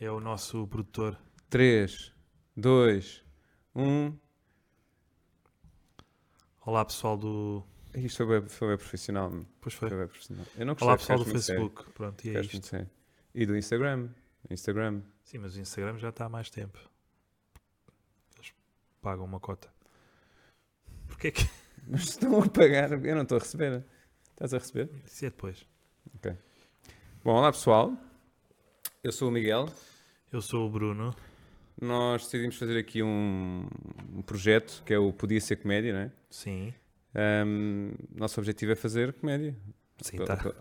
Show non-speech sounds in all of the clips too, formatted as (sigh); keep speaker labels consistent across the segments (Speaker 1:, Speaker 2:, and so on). Speaker 1: É o nosso produtor.
Speaker 2: 3, 2, 1.
Speaker 1: Olá pessoal do.
Speaker 2: Isto foi bem, foi bem profissional. meu.
Speaker 1: Pois foi.
Speaker 2: Foi bem profissional. Eu não gostei,
Speaker 1: Olá pessoal do
Speaker 2: ficaste muito
Speaker 1: Facebook. Pronto, e
Speaker 2: sério,
Speaker 1: é
Speaker 2: ficaste muito
Speaker 1: isto.
Speaker 2: sério. E do Instagram. Instagram. (laughs)
Speaker 1: Sim, mas o Instagram já está há mais tempo. Eles pagam uma cota. Porquê que. (laughs)
Speaker 2: Mas estão a pagar. Eu não estou a receber. Estás a receber?
Speaker 1: Isso é depois.
Speaker 2: Bom, olá pessoal. Eu sou o Miguel.
Speaker 1: Eu sou o Bruno.
Speaker 2: Nós decidimos fazer aqui um, um projeto que é o Podia Ser Comédia, não é?
Speaker 1: Sim.
Speaker 2: Ahm, nosso objetivo é fazer comédia.
Speaker 1: Sim,
Speaker 2: Ou
Speaker 1: tá-
Speaker 2: pe-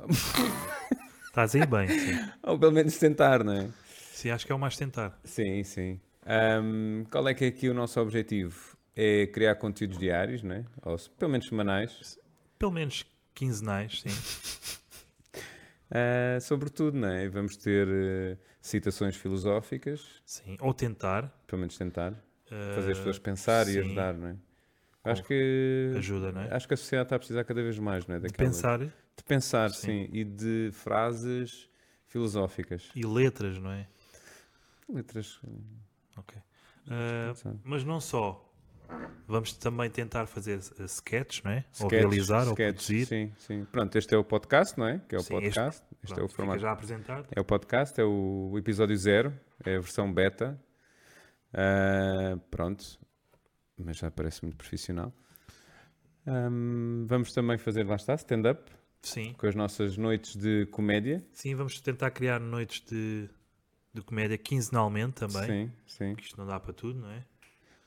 Speaker 1: estás aí bem. Sim.
Speaker 2: Ou pelo menos tentar, não é?
Speaker 1: Sim, acho que é o mais tentar.
Speaker 2: Sim, sim. Ahm, qual é que é aqui o nosso objetivo? É criar conteúdos diários, não é? Ou se- pelo menos semanais.
Speaker 1: Pelo menos quinzenais, sim.
Speaker 2: Ah, sobretudo, não é? Vamos ter eh, citações filosóficas,
Speaker 1: sim. Ou tentar.
Speaker 2: pelo menos tentar,
Speaker 1: eh,
Speaker 2: fazer as pessoas pensar e
Speaker 1: sim.
Speaker 2: ajudar, não é? Acho que,
Speaker 1: Ajuda, não é?
Speaker 2: acho que a sociedade está a precisar cada vez mais, não é?
Speaker 1: De
Speaker 2: Daquela-
Speaker 1: pensar
Speaker 2: De pensar,
Speaker 1: Sim.
Speaker 2: sim. E de frases filosóficas.
Speaker 1: e letras, não é?
Speaker 2: Letras.
Speaker 1: Ok. Eh,
Speaker 2: pensar.
Speaker 1: mas não só. Vamos também tentar fazer eh, sketches, não é? ou
Speaker 2: sketches,
Speaker 1: realizar, ou
Speaker 2: sketches,
Speaker 1: produzir.
Speaker 2: Sim, sim. Pronto, este é o podcast, não é? Que é o
Speaker 1: Sim, este-
Speaker 2: podcast. Este, é
Speaker 1: Pronto,
Speaker 2: o
Speaker 1: fica
Speaker 2: formato.
Speaker 1: já apresentado.
Speaker 2: É o podcast, é o episódio zero, é a versão beta. Ah, pronto, mas já parece muito profissional. Ahm, vamos também fazer, lá está, stand-up,
Speaker 1: Sim.
Speaker 2: com as nossas noites de comédia.
Speaker 1: Sim, vamos tentar criar noites de, de comédia quinzenalmente também.
Speaker 2: Sim, sim.
Speaker 1: Porque isto não dá para tudo, não é?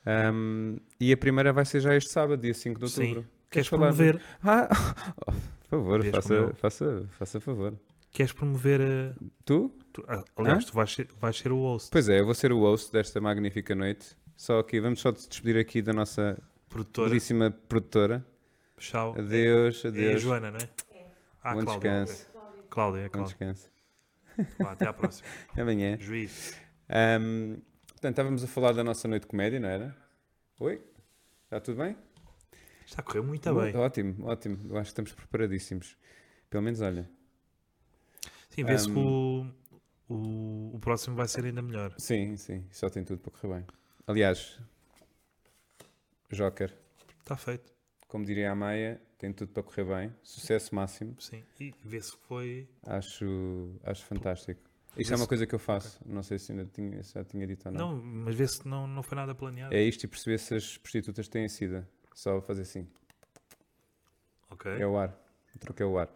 Speaker 2: Ahm, e a primeira vai ser já este sábado, dia 5 de
Speaker 1: Sim.
Speaker 2: outubro.
Speaker 1: Queres
Speaker 2: falar, não?
Speaker 1: promover,
Speaker 2: Ah, (laughs) oh, por favor,
Speaker 1: Vês como
Speaker 2: faça,
Speaker 1: eu-
Speaker 2: faça, faça favor.
Speaker 1: queres promover a.
Speaker 2: Tu?
Speaker 1: tu- ah, aliás, tu vais ser, vais ser o host,
Speaker 2: Pois é, eu vou ser o host desta magnífica noite. Só aqui, vamos só despedir aqui da nossa
Speaker 1: produtora.
Speaker 2: belíssima produtora.
Speaker 1: Tchau.
Speaker 2: Adeus,
Speaker 1: É a
Speaker 2: adeus.
Speaker 1: Joana, não é? Ah,
Speaker 2: Bom
Speaker 1: Cláudia.
Speaker 2: descanso.
Speaker 1: Cláudia, é
Speaker 2: Bom
Speaker 1: Cláudia.
Speaker 2: descanso.
Speaker 1: Vá, até à
Speaker 2: (laughs)
Speaker 1: próxima.
Speaker 2: Amanhã.
Speaker 1: Juiz.
Speaker 2: é. Ahm, portanto, estávamos a falar da nossa noite de comédia, não era? Oi? Está tudo bem?
Speaker 1: Está a correr muito Tá bem.
Speaker 2: Ótimo, ótimo. Eu acho que estamos preparadíssimos. Pelo menos, olha.
Speaker 1: Sim, vê-se que o, o, o próximo vai ser ainda melhor.
Speaker 2: Sim, sim. Só tem tudo para correr bem. Aliás, Joker,
Speaker 1: Está Tá feito,
Speaker 2: como diria a Maia, tem tudo para correr bem. Sucesso máximo.
Speaker 1: sim. E vê-se que foi.
Speaker 2: Acho, acho fantástico. Isto é uma coisa que eu faço. Não sei se ainda tinha, se já tinha dito ou não.
Speaker 1: Não, mas vê-se que não, não foi nada planeado.
Speaker 2: É isto e perceber se as prostitutas têm sida. Só fazer assim.
Speaker 1: Ok.
Speaker 2: É o ar. O truque é o ar.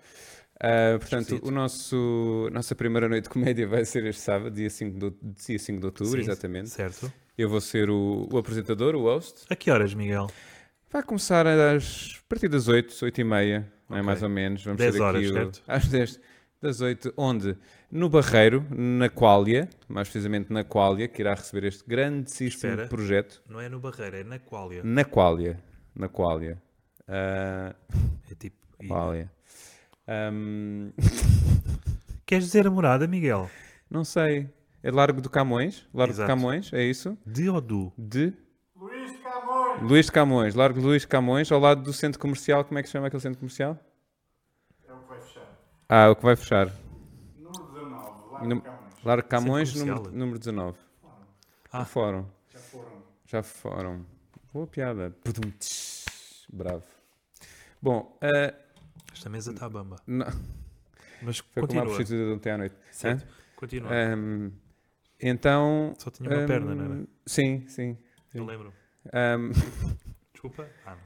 Speaker 2: Ah, portanto,
Speaker 1: Esquisito.
Speaker 2: o nosso, a nossa primeira noite de comédia vai ser este sábado, dia 5 de, out- dia 5 de outubro,
Speaker 1: Sim,
Speaker 2: exatamente.
Speaker 1: Certo.
Speaker 2: Eu vou ser o, o apresentador, o host.
Speaker 1: A que horas, Miguel?
Speaker 2: Vai começar às, a partir das 8, 8 e meia, não é
Speaker 1: Ok.
Speaker 2: mais ou menos. Vamos
Speaker 1: 10
Speaker 2: ter
Speaker 1: horas,
Speaker 2: aqui o-
Speaker 1: certo?
Speaker 2: (laughs) Às 10, das 8, onde? No Barreiro, na Qualia, mais precisamente na Qualia, que irá receber este grandíssimo
Speaker 1: Espera.
Speaker 2: projeto.
Speaker 1: Não é no Barreiro, é na Qualia.
Speaker 2: Na Qualia, na Qualia. Ah,
Speaker 1: É tipo. e-
Speaker 2: Qualia. Ahm,
Speaker 1: Queres dizer a morada, Miguel?
Speaker 2: Não sei. É Largo do Camões? Largo
Speaker 1: Exato.
Speaker 2: do Camões, é isso?
Speaker 1: De ou do?
Speaker 2: De. Luís Camões! Luís de Camões, Largo de Luís de Camões, ao lado do centro comercial. Como é que se chama aquele centro comercial? É o que vai fechar. Ah, o que vai fechar. Número 19, Largo de Camões.
Speaker 1: Centro
Speaker 2: número,
Speaker 1: comercial.
Speaker 2: número 19.
Speaker 1: Ah.
Speaker 2: O Fórum. Já foram. Já foram. Boa piada. Pudum, tsh. Bravo. Bom, ah,
Speaker 1: Esta mesa está bamba.
Speaker 2: não-
Speaker 1: Mas
Speaker 2: foi como a
Speaker 1: continua.
Speaker 2: prostituta de ontem à noite.
Speaker 1: Certo. Continua.
Speaker 2: Ahm, então,
Speaker 1: Só tinha uma perna, não
Speaker 2: É, Hum,
Speaker 1: era?
Speaker 2: Sim, sim.
Speaker 1: Eu lembro.
Speaker 2: Hum,
Speaker 1: Desculpa. Ah, não.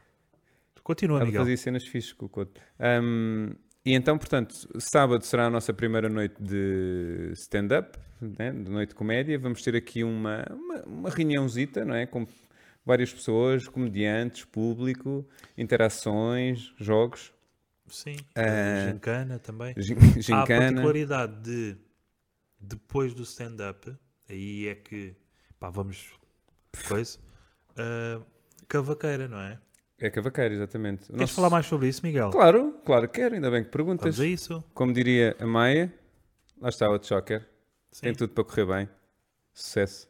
Speaker 1: Continua,
Speaker 2: ela
Speaker 1: Miguel.
Speaker 2: fazia cenas fixas com o Couto. Hum, e então, portanto, sábado será a nossa primeira noite de stand-up, né, de noite de comédia. Vamos ter aqui uma, uma, uma reuniãozita, não é? Com várias pessoas, comediantes, público, interações, jogos,
Speaker 1: Sim.
Speaker 2: Ah.
Speaker 1: Gincana também.
Speaker 2: gin-
Speaker 1: Há a
Speaker 2: gincana.
Speaker 1: particularidade de depois do stand-up, aí é que pá, vamos coisa ah, cavaqueira, não é?
Speaker 2: É cavaqueiro, exatamente. O
Speaker 1: Queres
Speaker 2: nosso-
Speaker 1: falar mais sobre isso, Miguel?
Speaker 2: Claro, claro, quero, ainda bem que perguntas.
Speaker 1: Vamos a isso?
Speaker 2: Como diria a Maia, lá está outro Joker.
Speaker 1: Sim.
Speaker 2: Tem tudo para correr bem. Sucesso.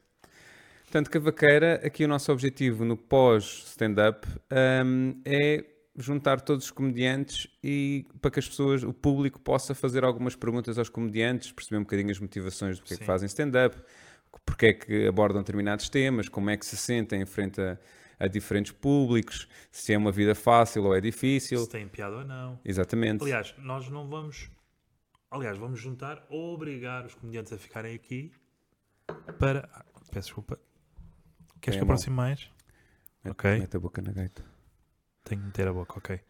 Speaker 2: Portanto, Cavaqueira, aqui o nosso objetivo no pós-stand-up hum, é juntar todos os comediantes e para que as pessoas, o público, possa fazer algumas perguntas aos comediantes, perceber um bocadinho as motivações do que é que
Speaker 1: Sim.
Speaker 2: fazem stand-up, porque é que abordam determinados temas, como é que se sentem em frente a, a diferentes públicos, se é uma vida fácil ou é difícil.
Speaker 1: se tem piada ou não.
Speaker 2: Exatamente.
Speaker 1: Aliás, nós não vamos. Aliás, vamos juntar ou obrigar os comediantes a ficarem aqui para. Ah, Peço desculpa. Queres
Speaker 2: É
Speaker 1: que
Speaker 2: mau.
Speaker 1: aproxime mais?
Speaker 2: Mete-
Speaker 1: ok.
Speaker 2: Mete a boca na gaita.
Speaker 1: Tenho que meter a boca, ok.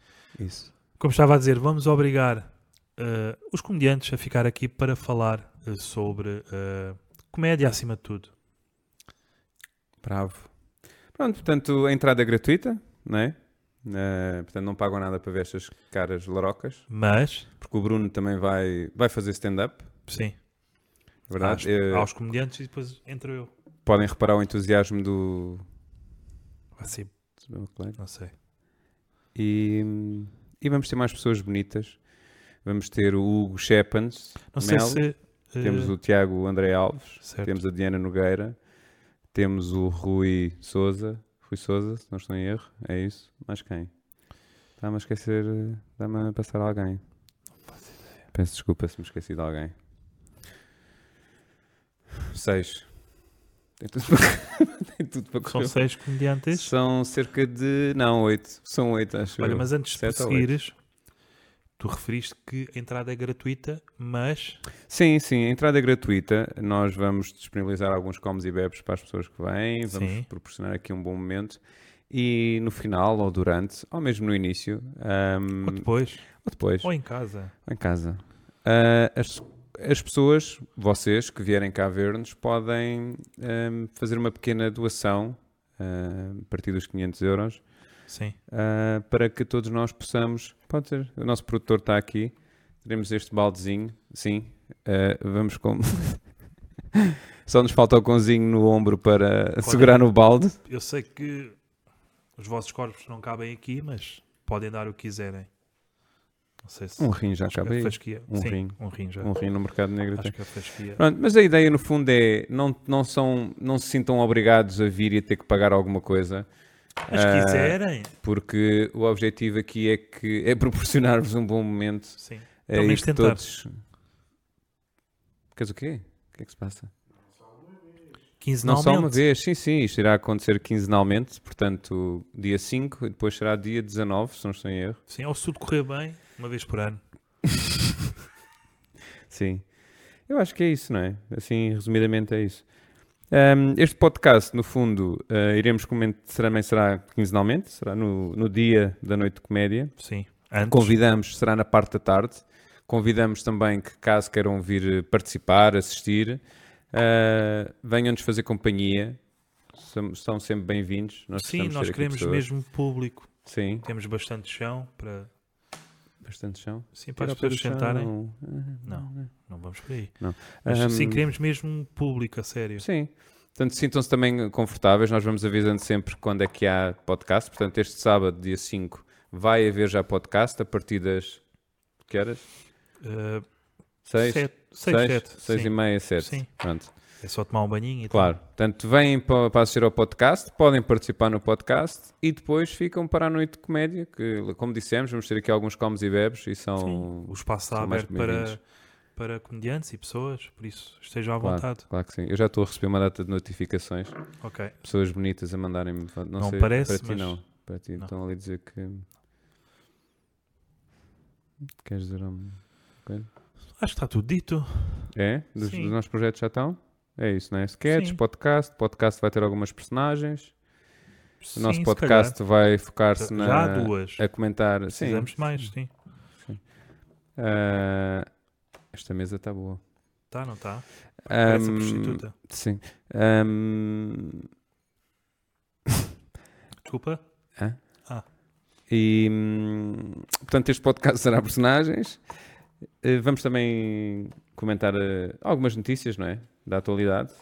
Speaker 2: Isso.
Speaker 1: Como estava a dizer, vamos obrigar eh, os comediantes a ficar aqui para falar eh, sobre eh, comédia acima de tudo.
Speaker 2: Bravo. Pronto, portanto, a entrada é gratuita, não é? Eh, portanto, não pagam nada para ver estas caras larocas,
Speaker 1: Mas,
Speaker 2: porque o Bruno também vai, vai fazer stand-up,
Speaker 1: sim,
Speaker 2: é verdade?
Speaker 1: aos,
Speaker 2: Eh,
Speaker 1: aos comediantes e depois entro eu.
Speaker 2: Podem reparar o entusiasmo do. Ah,
Speaker 1: Assim,
Speaker 2: do meu colega.
Speaker 1: não sei.
Speaker 2: E, e vamos ter mais pessoas bonitas. Vamos ter o Hugo Shepans,
Speaker 1: Não sei
Speaker 2: Mel,
Speaker 1: se. eh,
Speaker 2: temos o Tiago André Alves,
Speaker 1: certo.
Speaker 2: temos a Diana Nogueira, temos o Rui Souza, Rui Souza, se não estou em erro, é isso. Mas quem? Está-me a esquecer, eh, está-me a passar alguém. Peço desculpa se me esqueci de alguém. Seis. Tem tudo (laughs) para, Tem tudo para
Speaker 1: São
Speaker 2: correr.
Speaker 1: seis comediantes.
Speaker 2: São cerca de. Não, oito. São oito, acho
Speaker 1: Olha,
Speaker 2: eu.
Speaker 1: mas antes de
Speaker 2: Sete ou
Speaker 1: prosseguires, tu referiste que a entrada é gratuita, mas
Speaker 2: Sim, sim, a entrada é gratuita. Nós vamos disponibilizar alguns comes e bebes para as pessoas que vêm, vamos
Speaker 1: Sim.
Speaker 2: proporcionar aqui um bom momento. E no final, ou durante, ou mesmo no início, ahm,
Speaker 1: ou depois,
Speaker 2: ou depois,
Speaker 1: ou em casa.
Speaker 2: em casa, ah, as, as pessoas, vocês que vierem cá ver-nos, podem ahm, fazer uma pequena doação, ah, a partir dos 500 euros,
Speaker 1: Sim.
Speaker 2: ah, para que todos nós possamos. Pode ser, o nosso produtor está aqui. Teremos este baldezinho, sim. ah, vamos com. (laughs) Só nos falta o conzinho no ombro para
Speaker 1: é?
Speaker 2: segurar no balde.
Speaker 1: Eu sei que os vossos corpos não cabem aqui, mas podem dar o que quiserem. Não sei se.
Speaker 2: Um rim já
Speaker 1: acho que a
Speaker 2: cabe aí.
Speaker 1: fasquia-
Speaker 2: Um
Speaker 1: Sim,
Speaker 2: rim.
Speaker 1: Um rim já.
Speaker 2: Um rim no mercado negro.
Speaker 1: Acho
Speaker 2: tem.
Speaker 1: que a fasquia.
Speaker 2: Pronto, mas a ideia no fundo é não, não, são, não se sintam obrigados a vir e a ter que pagar alguma coisa.
Speaker 1: Mas
Speaker 2: Ah,
Speaker 1: quiserem,
Speaker 2: Porque o objetivo aqui é que é proporcionar-vos um bom momento
Speaker 1: sim.
Speaker 2: É
Speaker 1: Pelo
Speaker 2: aí
Speaker 1: menos
Speaker 2: que
Speaker 1: tentar.
Speaker 2: todos. Queres o quê? O que é que se passa? Não
Speaker 1: Quinzenalmente.
Speaker 2: só uma vez, sim, sim, isto irá acontecer quinzenalmente, portanto, dia 5 e depois será dia 19, se não estou em erro.
Speaker 1: Sim, ou se tudo correr bem, uma vez por ano.
Speaker 2: Sim. Eu acho que é isso, não é? Assim, resumidamente é isso. Ahm, este podcast, no fundo, ah, iremos comentar, também será quinzenalmente, será no, no dia da noite de comédia.
Speaker 1: Sim. Antes.
Speaker 2: Convidamos, será na parte da tarde. Convidamos também que, caso queiram vir eh, participar, assistir, eh, venham-nos fazer companhia. São, são sempre bem-vindos. Nós
Speaker 1: Sim,
Speaker 2: gostamos de ter
Speaker 1: nós
Speaker 2: aqui
Speaker 1: queremos
Speaker 2: pessoas.
Speaker 1: mesmo público.
Speaker 2: Sim,
Speaker 1: Temos bastante chão para.
Speaker 2: bastante chão.
Speaker 1: Sim, para as
Speaker 2: Tira o pé
Speaker 1: pessoas
Speaker 2: do
Speaker 1: sentarem.
Speaker 2: chão.
Speaker 1: Não, não vamos por aí.
Speaker 2: Não.
Speaker 1: Mas sim,
Speaker 2: Ahm,
Speaker 1: queremos mesmo um público, a sério.
Speaker 2: Sim. Portanto, sintam-se também confortáveis. Nós vamos avisando sempre quando é que há podcast. Portanto, este sábado, dia 5, vai haver já podcast a partir das. Que horas?
Speaker 1: Uh,
Speaker 2: 6?
Speaker 1: sete- seis, sete,
Speaker 2: 6
Speaker 1: sim.
Speaker 2: e meia, 7.
Speaker 1: Sim.
Speaker 2: Pronto.
Speaker 1: É só tomar um banhinho e
Speaker 2: Claro. Portanto, vêm pa- para assistir ao podcast, podem participar no podcast e depois ficam para a noite de comédia, que, como dissemos, vamos ter aqui alguns comes e bebes e são...
Speaker 1: Sim, o espaço está
Speaker 2: são mais
Speaker 1: aberto para,
Speaker 2: bem-vindos.
Speaker 1: para comediantes e pessoas, por isso estejam à
Speaker 2: Claro,
Speaker 1: vontade.
Speaker 2: Claro que sim. Eu já estou a receber uma data de notificações,
Speaker 1: Ok.
Speaker 2: pessoas bonitas a mandarem-me... Não,
Speaker 1: Não
Speaker 2: sei,
Speaker 1: parece,
Speaker 2: para ti
Speaker 1: mas-
Speaker 2: não. Para ti,
Speaker 1: não.
Speaker 2: estão ali a dizer que... Queres dizer alguma coisa?
Speaker 1: Acho que está tudo dito.
Speaker 2: É? Dos,
Speaker 1: Sim.
Speaker 2: dos nossos projetos já estão? É isso, não é? Sketch,
Speaker 1: Sim.
Speaker 2: podcast, podcast vai ter algumas personagens, o nosso
Speaker 1: Sim, se
Speaker 2: podcast vai
Speaker 1: calhar.
Speaker 2: focar-se na...
Speaker 1: Já há duas.
Speaker 2: a comentar. Sim.
Speaker 1: Precisamos de mais, sim.
Speaker 2: Ah, esta mesa está boa.
Speaker 1: Está, Tá, não está? Parece a
Speaker 2: Ahm,
Speaker 1: prostituta.
Speaker 2: Sim. Ahm,
Speaker 1: Desculpa.
Speaker 2: e hum, portanto, este podcast será personagens. Eh, Vamos também comentar eh, algumas notícias, não é? Da atualidade.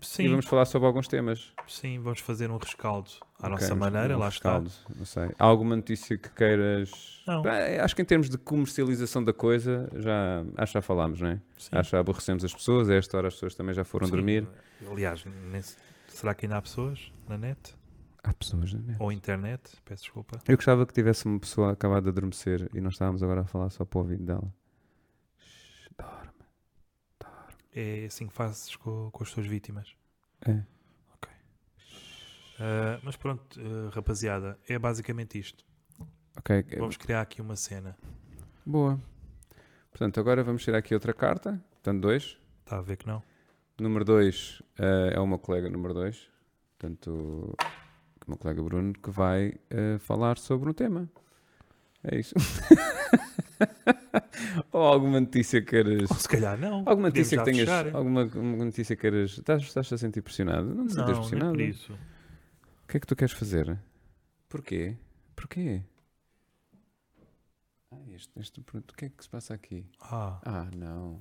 Speaker 2: E
Speaker 1: Sim,
Speaker 2: vamos falar sobre alguns temas.
Speaker 1: sim, vamos fazer um rescaldo à
Speaker 2: Ok,
Speaker 1: nossa
Speaker 2: vamos-
Speaker 1: maneira,
Speaker 2: vamos
Speaker 1: lá está.
Speaker 2: rescaldo, Não sei. Há alguma notícia que queiras.
Speaker 1: Não.
Speaker 2: Ah, Acho que em termos de comercialização da coisa, já, acho que já falámos, não é?
Speaker 1: Sim,
Speaker 2: Acho que já aborrecemos as pessoas. A esta hora as pessoas também já foram
Speaker 1: sim.
Speaker 2: dormir.
Speaker 1: Aliás, nem se- será que ainda há pessoas na net?
Speaker 2: Há pessoas, não é?
Speaker 1: Ou internet? Peço desculpa.
Speaker 2: Eu gostava que tivesse uma pessoa acabada de adormecer e nós estávamos agora a falar só para o ouvido dela. Shhh, Dorme.
Speaker 1: É assim que fazes co- com, as tuas vítimas.
Speaker 2: É.
Speaker 1: Ok. Ah, mas pronto, ah, rapaziada, é basicamente isto.
Speaker 2: Ok,
Speaker 1: Vamos criar aqui uma cena.
Speaker 2: boa. Portanto, agora vamos tirar aqui outra carta. Portanto, dois.
Speaker 1: Está a ver que não? (laughs)
Speaker 2: Número 2 é o meu colega número 2, portanto, o meu colega Bruno, que vai eh, falar sobre um tema. É isso. (laughs) Ou alguma notícia queiras.
Speaker 1: Ou se calhar não.
Speaker 2: Alguma
Speaker 1: Podemos
Speaker 2: notícia
Speaker 1: já
Speaker 2: que tenhas.
Speaker 1: fechar.
Speaker 2: Alguma, alguma notícia queiras. Estás, estás a sentir pressionado? Não te
Speaker 1: Não,
Speaker 2: sentas
Speaker 1: nem
Speaker 2: pressionado?
Speaker 1: por isso.
Speaker 2: O que é que tu queres fazer? Porquê? Porquê? Ah, este, este, pronto, o que é que se passa aqui?
Speaker 1: Ah,
Speaker 2: Ah, não.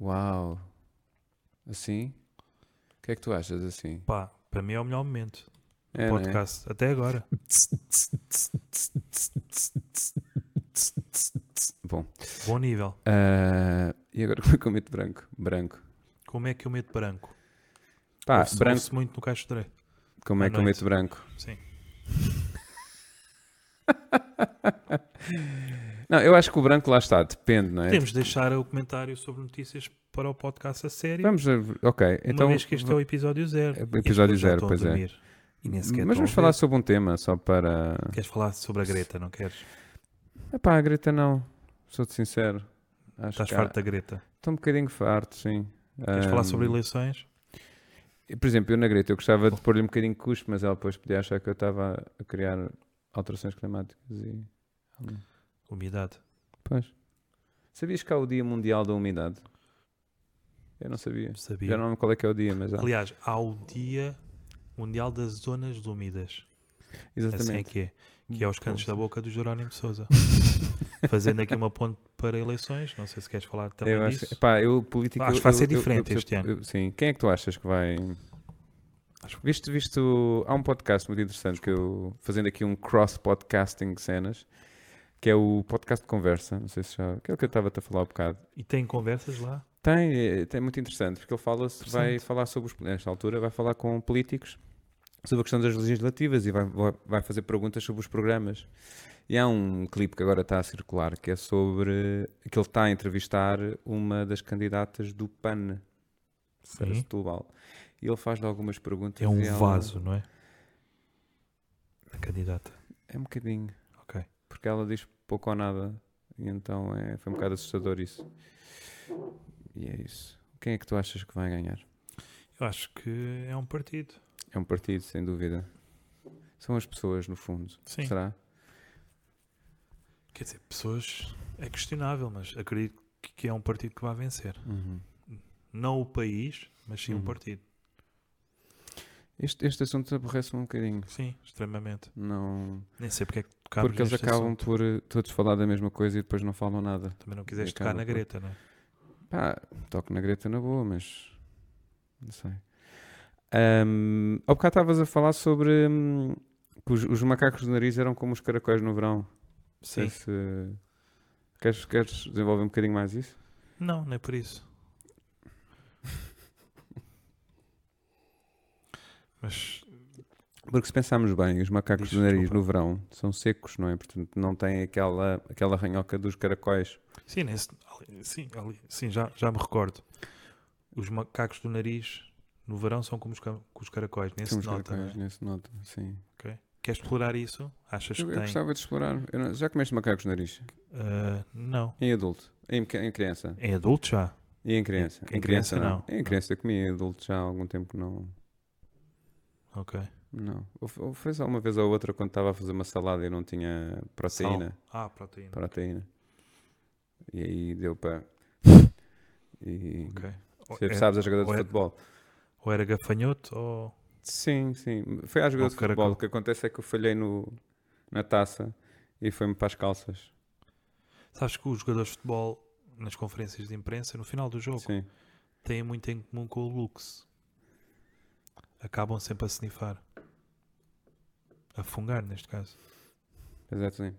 Speaker 2: Uau. Assim? O que é que tu achas assim?
Speaker 1: pá, para mim é o melhor momento. do
Speaker 2: É, não é?
Speaker 1: podcast, até agora.
Speaker 2: Bom.
Speaker 1: Bom nível.
Speaker 2: ah, e agora (laughs) como é que eu meto branco? Branco.
Speaker 1: Como é que eu meto branco?
Speaker 2: Pá,
Speaker 1: Ouve-se-
Speaker 2: Ah, branco.
Speaker 1: ouve-se muito no caixo de direito.
Speaker 2: Como é
Speaker 1: à
Speaker 2: que eu
Speaker 1: noite.
Speaker 2: meto branco?
Speaker 1: Sim.
Speaker 2: Não, eu acho que o branco lá está, depende, não é?
Speaker 1: Podemos deixar o comentário sobre notícias para o podcast a sério.
Speaker 2: Vamos, a- ok,
Speaker 1: Uma
Speaker 2: então.
Speaker 1: vez que este é o episódio zero.
Speaker 2: É o episódio
Speaker 1: Eles já
Speaker 2: zero,
Speaker 1: estão a
Speaker 2: pois é.
Speaker 1: dormir. E nem sequer
Speaker 2: Mas
Speaker 1: estão
Speaker 2: vamos
Speaker 1: a
Speaker 2: falar
Speaker 1: ver.
Speaker 2: sobre um tema, só para.
Speaker 1: Queres falar sobre a Greta, não queres?
Speaker 2: Epá, a Greta não, sou-te sincero. Acho
Speaker 1: Estás
Speaker 2: que há-
Speaker 1: farto da Greta.
Speaker 2: Estou um bocadinho farto, sim.
Speaker 1: Queres
Speaker 2: Ah,
Speaker 1: falar sobre eleições?
Speaker 2: Por exemplo, eu na Greta, eu gostava de pôr-lhe um bocadinho de custo, mas ela depois podia achar que eu estava a criar alterações climáticas e.
Speaker 1: Umidade.
Speaker 2: Pois. Sabias que há o Dia Mundial da Umidade? Eu não sabia.
Speaker 1: Sabia.
Speaker 2: Já não lembro qual é que é o dia, mas há.
Speaker 1: Aliás, há o Dia Mundial das Zonas Úmidas. Assim é
Speaker 2: Exatamente.
Speaker 1: que é. Que é os cantos da boca do Jerónimo de
Speaker 2: (laughs)
Speaker 1: Souza. Fazendo aqui uma ponte para eleições. Não sei se queres falar também
Speaker 2: Eu acho,
Speaker 1: disso.
Speaker 2: epá, eu política.
Speaker 1: Acho que
Speaker 2: eu-
Speaker 1: vai ser
Speaker 2: eu- eu-
Speaker 1: diferente
Speaker 2: eu-
Speaker 1: este ano.
Speaker 2: eu- sim. Quem é que tu achas que vai. Visto, visto, há um podcast muito interessante que eu. Fazendo aqui um cross-podcasting cenas, que é o podcast de conversa. Não sei se já. Que é o que eu estava-te a falar há bocado.
Speaker 1: E tem conversas lá?
Speaker 2: Tem, é, tem muito interessante, porque ele fala se vai
Speaker 1: Interessante.
Speaker 2: falar sobre os, nesta altura vai falar com políticos sobre a questão das legislativas e vai, vai- vai fazer perguntas sobre os programas. E há um clipe que agora está a circular que é sobre que ele está a entrevistar uma das candidatas do PAN para
Speaker 1: Sim.
Speaker 2: Setúbal. E ele faz-lhe algumas perguntas.
Speaker 1: É um
Speaker 2: e ela-
Speaker 1: vaso, não é? A candidata.
Speaker 2: É um bocadinho.
Speaker 1: Ok.
Speaker 2: Porque ela diz pouco ou nada. E então é, foi um bocado assustador isso. E é isso. Quem é que tu achas que vai ganhar?
Speaker 1: Eu acho que é um partido.
Speaker 2: É um partido, sem dúvida. São as pessoas, no fundo.
Speaker 1: Sim.
Speaker 2: Será?
Speaker 1: Quer dizer, pessoas. É questionável, mas acredito que- que é um partido que vai vencer.
Speaker 2: Uhum.
Speaker 1: Não o país, mas sim
Speaker 2: Uhum.
Speaker 1: o partido.
Speaker 2: Este, este assunto aborrece-me um bocadinho.
Speaker 1: Sim, extremamente.
Speaker 2: Não...
Speaker 1: Nem sei porque é que tocámos
Speaker 2: Porque eles
Speaker 1: neste
Speaker 2: acabam
Speaker 1: assunto.
Speaker 2: por eh, todos falar da mesma coisa e depois não falam nada.
Speaker 1: Também não quiseste
Speaker 2: e acaba
Speaker 1: tocar na
Speaker 2: por-
Speaker 1: greta, não é?
Speaker 2: Pá, toco na greta na boa, mas. Não sei. Ahm, Há bocado estavas a falar sobre hum, que os, os macacos do nariz eram como os caracóis no verão. Não sei
Speaker 1: Sim.
Speaker 2: se- Queres, queres desenvolver um bocadinho mais isso?
Speaker 1: Não, não é por
Speaker 2: (laughs)
Speaker 1: isso. Mas
Speaker 2: Porque se pensarmos bem, os macacos
Speaker 1: Diz,
Speaker 2: do nariz
Speaker 1: desculpa.
Speaker 2: no verão são secos, não é? Portanto, não têm aquela, aquela ranhoca dos caracóis.
Speaker 1: sim, nesse, ali- sim, ali- sim já, já me recordo. Os macacos do nariz no verão são como os, ca- com os caracóis, nem se
Speaker 2: Temos
Speaker 1: nota.
Speaker 2: caracóis
Speaker 1: não é?
Speaker 2: nesse nota, sim.
Speaker 1: Ok? Queres explorar isso? Achas
Speaker 2: Eu,
Speaker 1: que
Speaker 2: eu
Speaker 1: tem?
Speaker 2: gostava de explorar. Eu não- já comeste macacos do nariz?
Speaker 1: Ah, não.
Speaker 2: Em adulto? Em, pequ- em criança?
Speaker 1: Em adulto já?
Speaker 2: E em criança?
Speaker 1: Em- em criança, não.
Speaker 2: Em criança eu comia em adulto já há algum tempo que não.
Speaker 1: Ok.
Speaker 2: Não. Ou, ou foi só uma vez ou outra quando estava a fazer uma salada e não tinha proteína.
Speaker 1: Ah, proteína.
Speaker 2: Proteína. E aí
Speaker 1: (laughs)
Speaker 2: deu para. E.
Speaker 1: Ok. Ou
Speaker 2: Você
Speaker 1: é-
Speaker 2: sabes a jogada de
Speaker 1: ou é-
Speaker 2: futebol?
Speaker 1: Ou era gafanhoto ou.
Speaker 2: Sim, sim. Foi à jogada
Speaker 1: Ao
Speaker 2: de futebol.
Speaker 1: caracol.
Speaker 2: O que acontece é que eu falhei no, na taça e foi-me para as calças.
Speaker 1: Sabes que os jogadores de futebol, nas conferências de imprensa, no final do jogo,
Speaker 2: Sim.
Speaker 1: têm muito em comum com o Lux. Acabam sempre a snifar. A fungar, neste caso.
Speaker 2: Pois é, sim.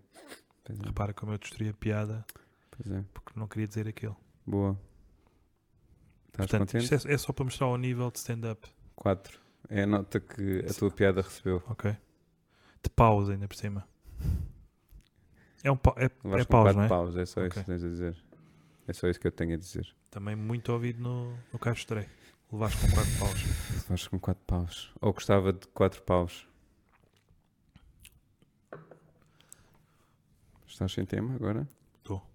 Speaker 2: Pois é,
Speaker 1: Repara como eu destruí a piada
Speaker 2: pois é.
Speaker 1: porque não queria dizer aquilo.
Speaker 2: Boa. Estás
Speaker 1: Portanto,
Speaker 2: contente?
Speaker 1: isto é, é só para mostrar o nível de stand-up,
Speaker 2: 4. É a nota que a tua piada recebeu.
Speaker 1: ok? De pausa, ainda por cima. É, um pau- é, é
Speaker 2: Levaste com
Speaker 1: pausa,
Speaker 2: quatro
Speaker 1: não é?
Speaker 2: paus, é só isso
Speaker 1: Ok.
Speaker 2: que tens a dizer. É só isso que eu tenho a dizer.
Speaker 1: Também muito ouvido no, no Castro Levaste com 4 paus.
Speaker 2: Levaste com 4 paus. Ou gostava de 4 paus. Estás sem tema agora?
Speaker 1: Estou.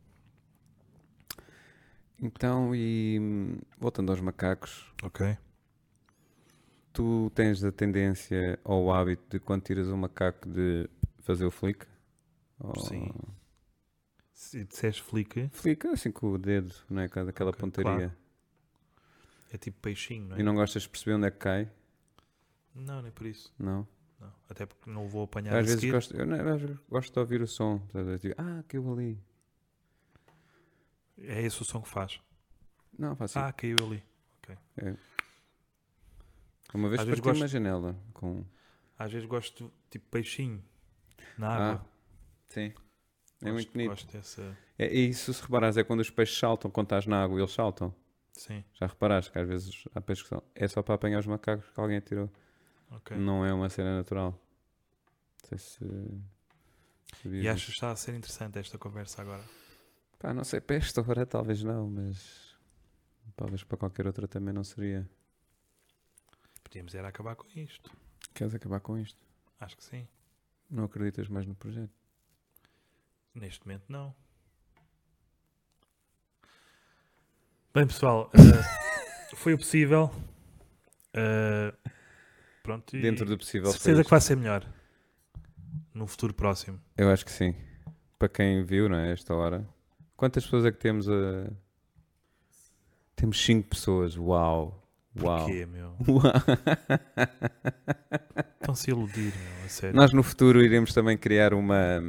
Speaker 2: Então, e hum, voltando aos macacos,
Speaker 1: Ok.
Speaker 2: tu tens a tendência ou o hábito de quando tiras um macaco de fazer o flick? Ou-
Speaker 1: Sim. Se disseres flick,
Speaker 2: Flick assim com o dedo, não é? Com aquela
Speaker 1: Ok,
Speaker 2: pontaria.
Speaker 1: é tipo peixinho, não é?
Speaker 2: E não gostas de perceber onde é que cai?
Speaker 1: Não, nem por isso.
Speaker 2: Não.
Speaker 1: Não. Até porque não vou apanhar
Speaker 2: Às
Speaker 1: a
Speaker 2: vezes
Speaker 1: seguir.
Speaker 2: gosto, eu, não, às vezes gosto de ouvir o som. estás a ver? Tipo, ah, caiu ali.
Speaker 1: É esse o som que faz.
Speaker 2: Não, faço assim.
Speaker 1: Ah, caiu ali.
Speaker 2: Uma vez
Speaker 1: às
Speaker 2: parti
Speaker 1: vezes
Speaker 2: uma janela com. um. É
Speaker 1: Às vezes gosto de, tipo peixinho na
Speaker 2: Ah,
Speaker 1: água.
Speaker 2: Sim. É
Speaker 1: Gosto-
Speaker 2: muito bonito.
Speaker 1: Gosto dessa.
Speaker 2: É, e isso, se reparares, é quando os peixes saltam, quando estás na água, eles saltam.
Speaker 1: Sim,
Speaker 2: Já reparaste que às vezes há peixes que são. É só para apanhar os macacos que alguém atirou.
Speaker 1: ok.
Speaker 2: Não é uma cena natural. Não sei se. sabias
Speaker 1: E
Speaker 2: disso.
Speaker 1: achas que está a ser interessante esta conversa agora?
Speaker 2: Pá, não sei, para esta hora talvez não, mas. Talvez para qualquer outra também não seria.
Speaker 1: Podíamos era acabar com isto.
Speaker 2: Queres acabar com isto?
Speaker 1: Acho que sim.
Speaker 2: Não acreditas mais no projeto?
Speaker 1: Neste momento, não. Bem, pessoal,
Speaker 2: (laughs)
Speaker 1: eh, foi o possível. Eh, pronto, e
Speaker 2: Dentro do possível. foi
Speaker 1: certeza
Speaker 2: isto.
Speaker 1: que vai ser melhor no futuro próximo.
Speaker 2: Eu acho que sim. Para quem viu, não é? Esta hora. Quantas pessoas é que temos a. Temos 5 pessoas. Uau! Uau! (laughs)
Speaker 1: Porquê, meu?
Speaker 2: Uau.
Speaker 1: Estão-se a iludir, meu, a sério.
Speaker 2: Nós no futuro iremos também criar uma,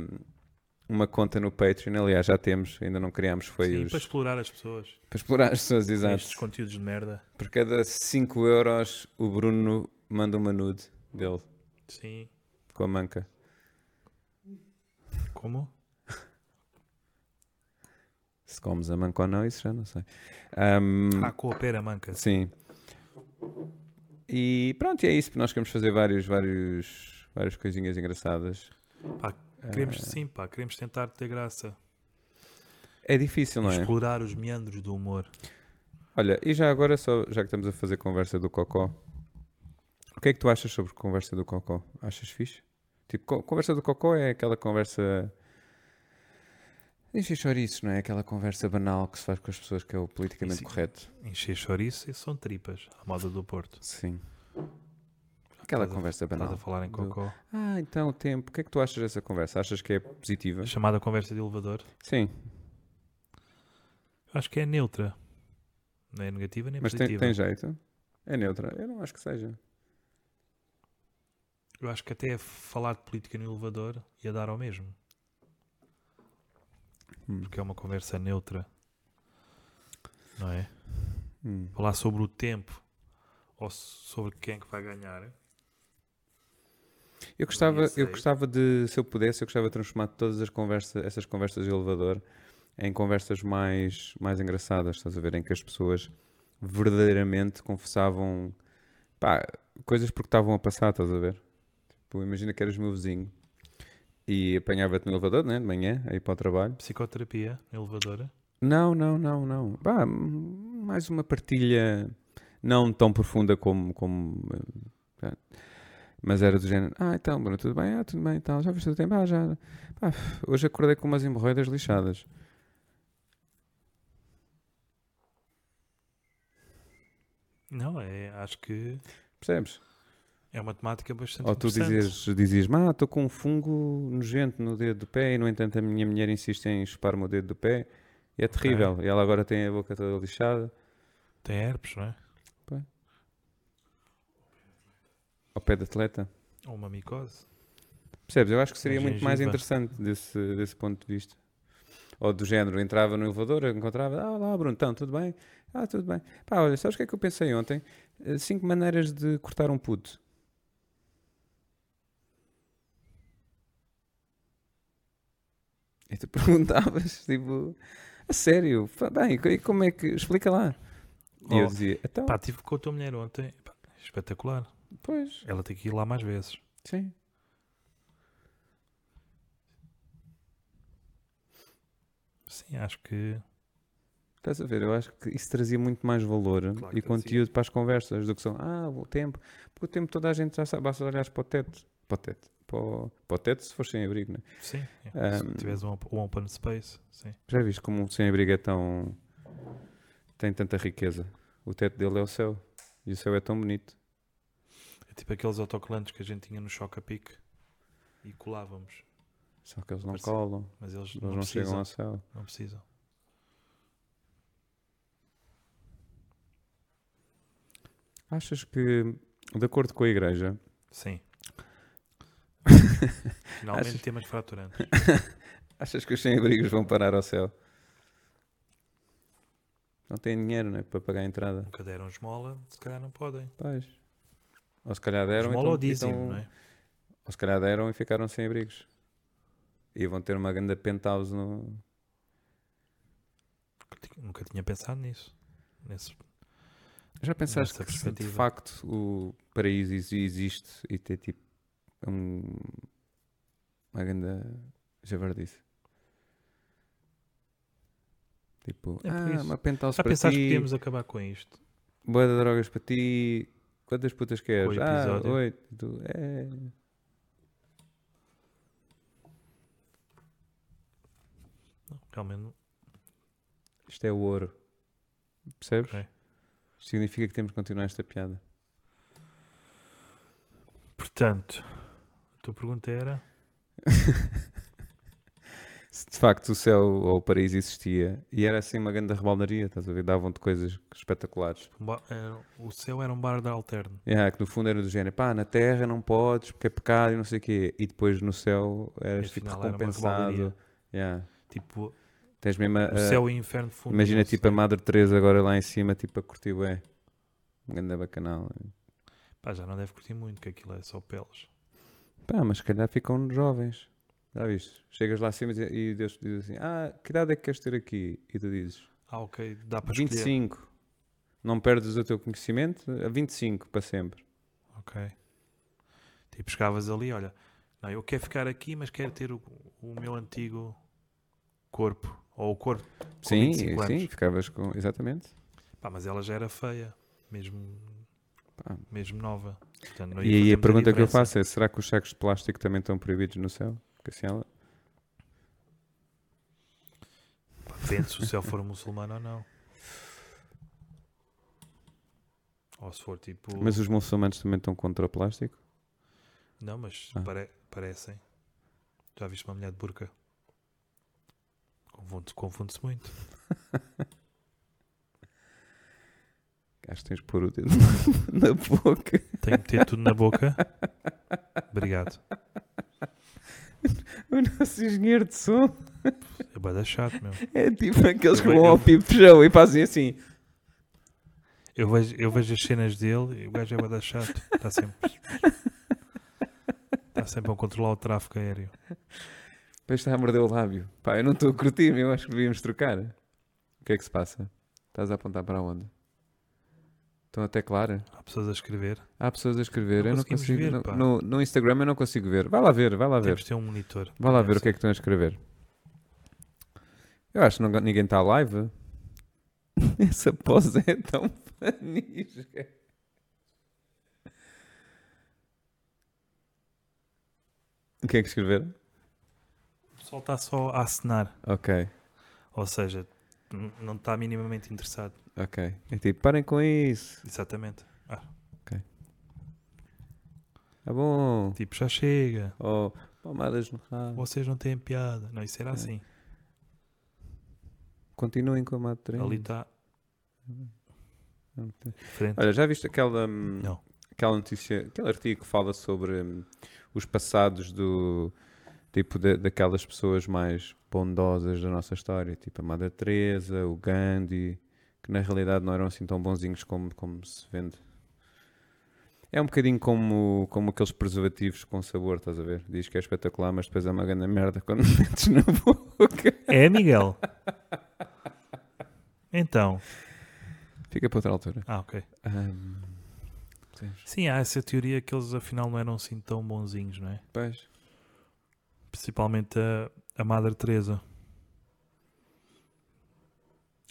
Speaker 2: uma conta no Patreon. Aliás, já temos, ainda não criámos. Foi
Speaker 1: Sim,
Speaker 2: os-
Speaker 1: para
Speaker 2: para...
Speaker 1: explorar as pessoas.
Speaker 2: explorar as pessoas,
Speaker 1: Estes
Speaker 2: exato.
Speaker 1: conteúdos de merda.
Speaker 2: Por cada 5 euros, o Bruno manda uma nude dele
Speaker 1: Sim.
Speaker 2: com a manca.
Speaker 1: Como?
Speaker 2: Se comes a manca ou não, isso já não sei. Ahm,
Speaker 1: Ah, coopera, manca.
Speaker 2: Sim. E pronto, e é isso. Nós queremos fazer vários, vários, várias coisinhas engraçadas.
Speaker 1: Pá,
Speaker 2: Ah.
Speaker 1: Queremos, sim, pá, queremos tentar ter graça.
Speaker 2: É difícil, não é?
Speaker 1: Explorar os meandros do humor.
Speaker 2: Olha, e já agora, só, já que estamos a fazer conversa do Cocó, o que é que tu achas sobre conversa do Cocó? Achas fixe? Tipo, co- conversa do Cocó é aquela conversa. Enche chouriços, não é? Aquela conversa banal que se faz com as pessoas que é o politicamente
Speaker 1: Isso-
Speaker 2: correto.
Speaker 1: Encher chouriço e são tripas, à moda do Porto.
Speaker 2: Sim. Aquela
Speaker 1: Estás a-
Speaker 2: conversa
Speaker 1: Estás
Speaker 2: banal.
Speaker 1: a falar em
Speaker 2: do-
Speaker 1: cocó.
Speaker 2: Ah, então o tempo. O que é que tu achas dessa conversa? Achas que é positiva?
Speaker 1: A chamada conversa de elevador.
Speaker 2: Sim.
Speaker 1: Acho que é neutra. Não é negativa nem
Speaker 2: Mas tem,
Speaker 1: positiva.
Speaker 2: tem jeito? É neutra? Eu não acho que seja.
Speaker 1: Eu acho que até falar de política no elevador ia dar ao mesmo.
Speaker 2: Hum.
Speaker 1: Porque é uma conversa neutra. Não é?
Speaker 2: Hum.
Speaker 1: Falar sobre o tempo ou sobre quem é que vai ganhar.
Speaker 2: Eu gostava,
Speaker 1: sei.
Speaker 2: eu gostava de, se eu pudesse, eu gostava de transformar todas as conversas, essas conversas de elevador em conversas mais, mais engraçadas, estás a ver? Em que as pessoas verdadeiramente confessavam pá, coisas porque estavam a passar, estás a ver? Tipo, imagina que eras meu vizinho e apanhava-te no elevador, né? De manhã, aí para o trabalho.
Speaker 1: Psicoterapia no elevador.
Speaker 2: Não, não, não, não. Pá, m- mais uma partilha não tão profunda como. como eh, pá. mas era do género. Ah, então, Bruno, tudo bem? Ah, tudo bem, tal. Já viste o tempo? Ah, já. Pá, hoje acordei com umas hemorroidas lixadas.
Speaker 1: Não, é, acho que
Speaker 2: Percebes?
Speaker 1: é uma temática bastante
Speaker 2: Ou tu
Speaker 1: interessante.
Speaker 2: dizes, dizes ah, estou com um fungo nojento no dedo do pé e, no entanto, a minha mulher insiste em chupar-me o dedo do pé e é terrível. E ela agora tem a boca toda lixada.
Speaker 1: Tem herpes, não é?
Speaker 2: Ao pé de atleta.
Speaker 1: Ou uma micose.
Speaker 2: Percebes? Eu acho que seria
Speaker 1: Uma
Speaker 2: muito mais
Speaker 1: gengiva.
Speaker 2: interessante desse, desse ponto de vista. Ou do género, entrava no elevador, encontrava, ah, olá Bruno, então, tudo bem? Ah, tudo bem. Pá, olha, sabes o que é que eu pensei ontem? Eh, Cinco maneiras de cortar um puto. E tu (laughs) perguntavas, tipo, a sério, pá, bem, e como é que, explica lá. E eu
Speaker 1: Oh,
Speaker 2: dizia, então,
Speaker 1: Pá, tive com a tua mulher ontem. Pá, espetacular.
Speaker 2: pois,
Speaker 1: Ela tem que ir lá mais vezes.
Speaker 2: sim.
Speaker 1: Sim, acho que
Speaker 2: Estás a ver? Eu acho que isso trazia muito mais valor
Speaker 1: Claro que
Speaker 2: e conteúdo para as conversas do que são, ah, o tempo. Porque o tempo toda a gente já sabe, basta olhar para o teto. Para o teto. Para o, para o teto se for sem abrigo, né?
Speaker 1: Sim. é.
Speaker 2: Ahm.
Speaker 1: Se tiveres um, op- um open space, sim.
Speaker 2: Já viste como um sem abrigo é tão. tem tanta riqueza. O teto dele é o céu. E o céu é tão bonito.
Speaker 1: É tipo aqueles autocolantes que a gente tinha no Choca Pic e colávamos,
Speaker 2: Só que eles não
Speaker 1: Parece-
Speaker 2: colam.
Speaker 1: mas eles
Speaker 2: Eles
Speaker 1: não,
Speaker 2: não chegam
Speaker 1: precisam.
Speaker 2: ao céu.
Speaker 1: Não precisam.
Speaker 2: Achas que, de acordo com a igreja, (laughs)
Speaker 1: Sim. Finalmente
Speaker 2: Achas-
Speaker 1: temas fraturantes.
Speaker 2: achas que os sem-abrigos vão parar ao céu? Não têm dinheiro, né? Para pagar a entrada.
Speaker 1: Nunca deram esmola, se calhar não podem.
Speaker 2: Pois. Ou se calhar deram.
Speaker 1: esmola
Speaker 2: então-
Speaker 1: ou dízimo,
Speaker 2: então-
Speaker 1: não é?
Speaker 2: Ou se calhar deram e ficaram sem abrigos. E vão ter uma grande penthouse no.
Speaker 1: Nunca tinha pensado nisso. Nesse-
Speaker 2: Já pensaste
Speaker 1: Nessa
Speaker 2: que se de
Speaker 1: perspectiva.
Speaker 2: facto o paraíso exi- existe e ter tipo um, uma grande javardice? Tipo,
Speaker 1: É por
Speaker 2: ah,
Speaker 1: isso.
Speaker 2: uma penthouse
Speaker 1: Já
Speaker 2: para
Speaker 1: pensaste que
Speaker 2: ti,
Speaker 1: podíamos acabar com isto?
Speaker 2: boa de drogas para ti, quantas putas queres? Ah,
Speaker 1: episódio.
Speaker 2: oito. Tu- É.
Speaker 1: Não, realmente não.
Speaker 2: Isto é o ouro. Percebes?
Speaker 1: Ok.
Speaker 2: Significa que temos que continuar esta piada.
Speaker 1: Portanto, a tua pergunta era.
Speaker 2: Se de facto o céu ou o paraíso existia e era assim uma grande rebaldaria, estás a ver? Davam-te coisas espetaculares.
Speaker 1: um ba- era- O céu era um bar de alterno.
Speaker 2: É, que no fundo era do género, pá, na terra não podes porque é pecado e não sei o quê. E depois no céu eras
Speaker 1: E
Speaker 2: tipo
Speaker 1: afinal era uma
Speaker 2: recompensado.
Speaker 1: rebaldaria.
Speaker 2: Yeah.
Speaker 1: Tipo,
Speaker 2: Tens mesmo a,
Speaker 1: o céu e o inferno
Speaker 2: a-
Speaker 1: fundo.
Speaker 2: Eh, imagina tipo a Madre Teresa agora lá em cima, tipo a curtir bué. Um grande bacanal.
Speaker 1: Pá, já não deve curtir muito, que aquilo é só peles.
Speaker 2: Pá, mas se calhar ficam jovens. Já viste? Chegas lá acima e diz- e Deus te diz assim, ah, que idade é que queres ter aqui? E tu dizes,
Speaker 1: Ah, ok, dá para escolher.
Speaker 2: 25. Não perdes o teu conhecimento a 25 para sempre.
Speaker 1: Ok. Tipo, chegavas ali, olha, não, eu quero ficar aqui, mas quero ter o, o meu antigo corpo. Ou o corpo. Com
Speaker 2: sim,
Speaker 1: 25
Speaker 2: sim,
Speaker 1: anos.
Speaker 2: ficavas com. Exatamente.
Speaker 1: Pá, mas ela já era feia, mesmo,
Speaker 2: Pá.
Speaker 1: mesmo nova. Portanto, não ia
Speaker 2: E aí
Speaker 1: fazer
Speaker 2: a
Speaker 1: muita
Speaker 2: pergunta que eu
Speaker 1: diferença.
Speaker 2: faço é: será que os sacos de plástico também estão proibidos no céu? Porque assim ela.
Speaker 1: Pá, Depende se o céu for muçulmano ou não. Ou se for tipo.
Speaker 2: Mas os muçulmanos também estão contra o plástico?
Speaker 1: Não, mas
Speaker 2: Ah.
Speaker 1: pare- parecem. Já viste uma mulher de burca? Confunde- Confunde-se muito.
Speaker 2: Acho que tens de pôr o dedo na (laughs) boca.
Speaker 1: Tenho que ter tudo na boca. Obrigado.
Speaker 2: O nosso engenheiro de som
Speaker 1: É bada chato, meu.
Speaker 2: é tipo aqueles que vão
Speaker 1: Eu-
Speaker 2: ao pipejão e fazem assim.
Speaker 1: Eu vejo, eu vejo as cenas dele e o gajo é bada chato. Está sempre. Está sempre a controlar o tráfego aéreo.
Speaker 2: Depois está a morder o lábio. Pá, eu não estou a curtir, eu acho que devíamos trocar. O que é que se passa? Estás a apontar para onde? Estão até claro.
Speaker 1: Há pessoas a escrever.
Speaker 2: Há pessoas a escrever,
Speaker 1: Não
Speaker 2: eu não
Speaker 1: conseguimos
Speaker 2: consigo.
Speaker 1: ver,
Speaker 2: no-
Speaker 1: pá.
Speaker 2: no, no Instagram eu não consigo ver. Vai lá ver, vai lá ver.
Speaker 1: Temos de ter um monitor.
Speaker 2: Vai lá ver o que é que estão a escrever. Eu acho que não- ninguém está live. (laughs) Essa pose é tão panisca. O que é que escreveram?
Speaker 1: O pessoal está só a acenar.
Speaker 2: Ok,
Speaker 1: Ou seja, n- não está minimamente interessado.
Speaker 2: ok. É tipo, parem com isso.
Speaker 1: Exatamente.
Speaker 2: Tá bom.
Speaker 1: Tipo, já chega.
Speaker 2: Ou palmadas no rabo.
Speaker 1: Vocês não têm piada. Não, isso era assim.
Speaker 2: Continuem com a mata
Speaker 1: Ali está. Frente.
Speaker 2: Olha, já viste aquela, hum,
Speaker 1: Não.
Speaker 2: aquela notícia, aquele artigo que fala sobre hum, os passados do tipo da- daquelas pessoas mais bondosas da nossa história, tipo a Madre Teresa, o Gandhi, que na realidade não eram assim tão bonzinhos como, como se vende. É um bocadinho como, como aqueles preservativos com sabor, estás a ver? Diz que é espetacular, mas depois é uma grande merda quando (laughs) metes na boca.
Speaker 1: É, Miguel? Então.
Speaker 2: Fica para outra altura.
Speaker 1: Ah, ok.
Speaker 2: Hum, temos-
Speaker 1: Sim, há essa teoria que eles afinal não eram assim tão bonzinhos, não é?
Speaker 2: pois.
Speaker 1: Principalmente a, a Madre Teresa.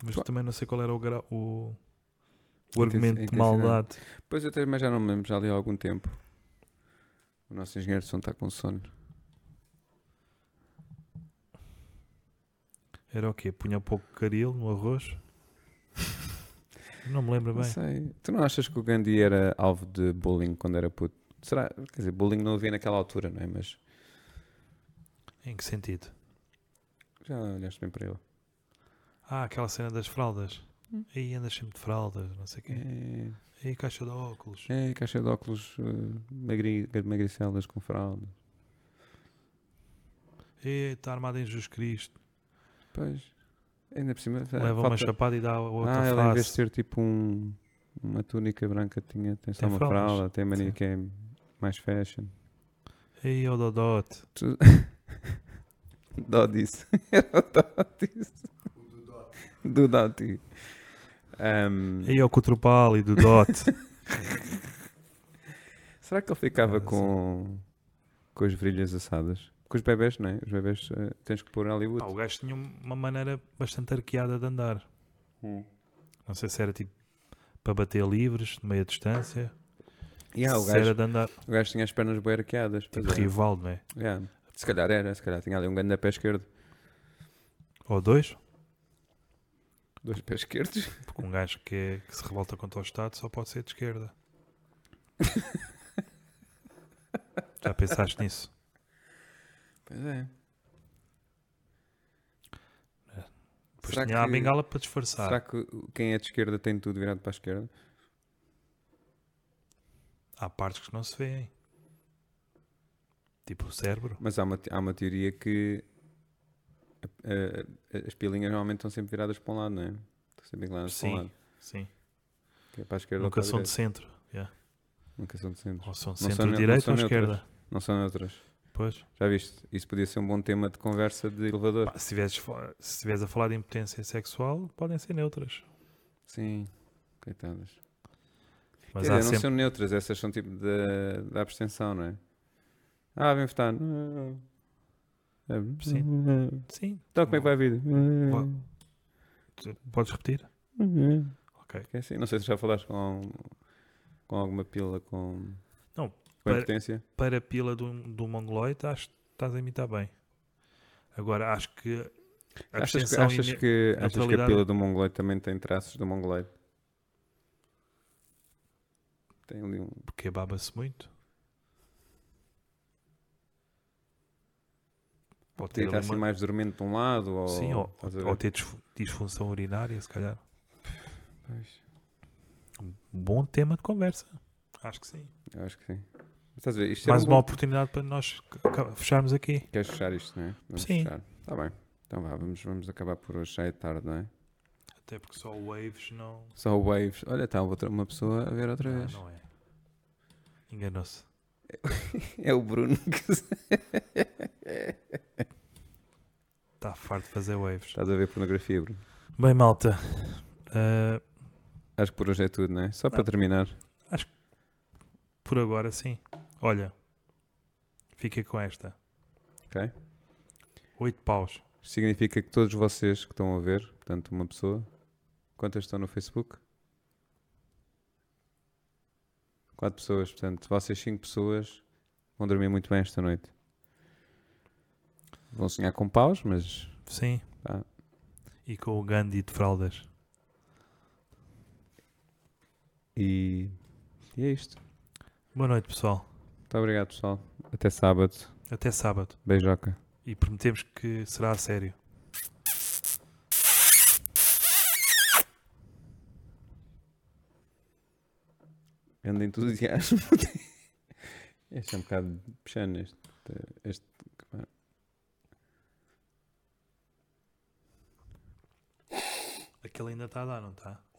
Speaker 1: Mas
Speaker 2: Pá.
Speaker 1: também não sei qual era o, gra- o, o
Speaker 2: Intensi-
Speaker 1: argumento de
Speaker 2: intensidade.
Speaker 1: maldade.
Speaker 2: Pois até, mas já não me lembro, já li há algum tempo. O nosso engenheiro de som está com sono.
Speaker 1: Tá Era o quê? Punha um pouco de caril no arroz? não me lembro
Speaker 2: Não
Speaker 1: bem.
Speaker 2: sei. Tu não achas que o Gandhi era alvo de bullying quando era puto? Será? Quer dizer, bullying não havia naquela altura, não é? Mas
Speaker 1: Em que sentido?
Speaker 2: já olhaste bem para ele.
Speaker 1: Ah, aquela cena das fraldas. Aí andas sempre de fraldas, não sei o quê.
Speaker 2: Hum. É,
Speaker 1: Aí caixa de óculos.
Speaker 2: é caixa de óculos eh, magri, magricelas com fralda.
Speaker 1: E está armado em Jesus Cristo.
Speaker 2: Pois. Ainda por cima. eh,
Speaker 1: Leva uma
Speaker 2: É, falta...
Speaker 1: chapada e dá a outra
Speaker 2: Ah, ela em vez de
Speaker 1: face.
Speaker 2: ter tipo um, uma túnica branca, tinha, tem só
Speaker 1: Tem
Speaker 2: uma
Speaker 1: fraldas.
Speaker 2: fralda, tem mania
Speaker 1: Sim.
Speaker 2: que é mais fashion.
Speaker 1: Aí é o Dodote.
Speaker 2: Tu... (laughs) Dó disso. (laughs) Dó disso. Do Doti. Ahm,
Speaker 1: Aí é o Cotropal e do (laughs) Dote.
Speaker 2: será que ele ficava
Speaker 1: Ah, sim.
Speaker 2: com, com as virilhas assadas? Porque os bebés, não é? Os bebés eh, tens que pôr Hollywood.
Speaker 1: Pá, Ah, o gajo tinha uma maneira bastante arqueada de andar.
Speaker 2: Hum.
Speaker 1: Não sei se era tipo para bater livres, de meia distância.
Speaker 2: E há, o,
Speaker 1: se
Speaker 2: gajo,
Speaker 1: era de andar tipo
Speaker 2: o gajo tinha as pernas bem arqueadas. pois é.
Speaker 1: rival, não é?
Speaker 2: Yeah. Se calhar era, se calhar tinha ali um grande pé esquerdo.
Speaker 1: Ou dois.
Speaker 2: Dois pés esquerdos?
Speaker 1: Porque um gajo que, é- que se revolta contra o Estado só pode ser de esquerda.
Speaker 2: (laughs)
Speaker 1: Já pensaste nisso?
Speaker 2: Pois é.
Speaker 1: Depois
Speaker 2: Será
Speaker 1: É. tinha a
Speaker 2: que-
Speaker 1: bengala para disfarçar.
Speaker 2: Será que quem é de esquerda tem tudo virado para a esquerda?
Speaker 1: Há partes que não se vêem. Tipo o cérebro.
Speaker 2: Mas há uma, te- há uma teoria que eh, eh, as pilinhas normalmente estão sempre viradas para um lado, não é? Estão sempre inclinadas para um
Speaker 1: Sim,
Speaker 2: lado.
Speaker 1: sim.
Speaker 2: Que é para a esquerda ou
Speaker 1: Nunca
Speaker 2: para a
Speaker 1: são de
Speaker 2: direita.
Speaker 1: centro. yeah.
Speaker 2: Nunca são de centro.
Speaker 1: Ou são de
Speaker 2: são ne- não
Speaker 1: centro-direita
Speaker 2: são
Speaker 1: ou esquerda.
Speaker 2: Não são neutras.
Speaker 1: Pois.
Speaker 2: Já viste? Isso podia ser um bom tema de conversa de elevador.
Speaker 1: Pá, se estiveres fa- se estiveres a falar de impotência sexual, podem ser neutras.
Speaker 2: Sim. Coitadas.
Speaker 1: Mas
Speaker 2: Quer
Speaker 1: há
Speaker 2: dizer, não
Speaker 1: sempre.
Speaker 2: são neutras, essas são tipo da, da abstenção, não é? Ah, vem votar. Não. É,
Speaker 1: Sim,
Speaker 2: Então, como é que vai a vida?
Speaker 1: tu- podes repetir? Ok.
Speaker 2: Que é assim, Não sei se já falaste com, com alguma pila com,
Speaker 1: Não,
Speaker 2: com
Speaker 1: para-
Speaker 2: impotência.
Speaker 1: Para a pila do, do um mongoloide, acho que estás a imitar bem. Agora, acho que. a
Speaker 2: Achas que,
Speaker 1: abstenção
Speaker 2: achas,
Speaker 1: ine-
Speaker 2: que, achas que a
Speaker 1: neutralidade-
Speaker 2: pila do mongoloide também tem traços do mongoloide? Tem ali um.
Speaker 1: Porque baba-se muito. Pode ter
Speaker 2: Tem
Speaker 1: ali
Speaker 2: assim eh,
Speaker 1: uma-
Speaker 2: mais dormente de um lado? Ou,
Speaker 1: Sim, ou,
Speaker 2: estás a ver?
Speaker 1: ou ter disfu- disfunção urinária, se calhar. tipo-
Speaker 2: Pois,
Speaker 1: Um bom tema de conversa. Acho que sim.
Speaker 2: eu acho que sim. Mas Estás a ver? Isto era
Speaker 1: Mais
Speaker 2: um
Speaker 1: uma
Speaker 2: bom-
Speaker 1: oportunidade para nós ca- ca- fecharmos aqui.
Speaker 2: Queres fechar isto, não é? Vamos
Speaker 1: Sim.
Speaker 2: fechar. Está bem. Então vá, vamos, vamos acabar por hoje. Já é tarde, não é?
Speaker 1: Até porque só o Waves não.
Speaker 2: Só o Waves. Olha, está outra- uma pessoa a ver outra
Speaker 1: Não,
Speaker 2: vez.
Speaker 1: não é. Enganou-se.
Speaker 2: (laughs) É o Bruno que
Speaker 1: Está Tá farto de fazer Waves.
Speaker 2: Estás a ver pornografia, Bruno.
Speaker 1: Bem, malta. ah,
Speaker 2: Acho que por hoje é tudo, não é? Só para
Speaker 1: Ah.
Speaker 2: terminar.
Speaker 1: por agora, sim. Olha. Fica com esta.
Speaker 2: Ok.
Speaker 1: Oito paus.
Speaker 2: Significa que todos vocês que estão a ver, portanto, uma pessoa, quantas estão no Facebook? Quatro pessoas, portanto, vocês cinco pessoas vão dormir muito bem esta noite. Vão sonhar com paus, mas
Speaker 1: Sim.
Speaker 2: Tá.
Speaker 1: E com o Gandhi de fraldas.
Speaker 2: e, e é isto.
Speaker 1: Boa noite, pessoal.
Speaker 2: Muito obrigado, pessoal. Até sábado.
Speaker 1: Até sábado.
Speaker 2: Beijoca.
Speaker 1: E prometemos que será a sério.
Speaker 2: Grande entusiasmo. (laughs) este é um bocado puxando este. este...
Speaker 1: Aquele ainda está a dar, não tá? está?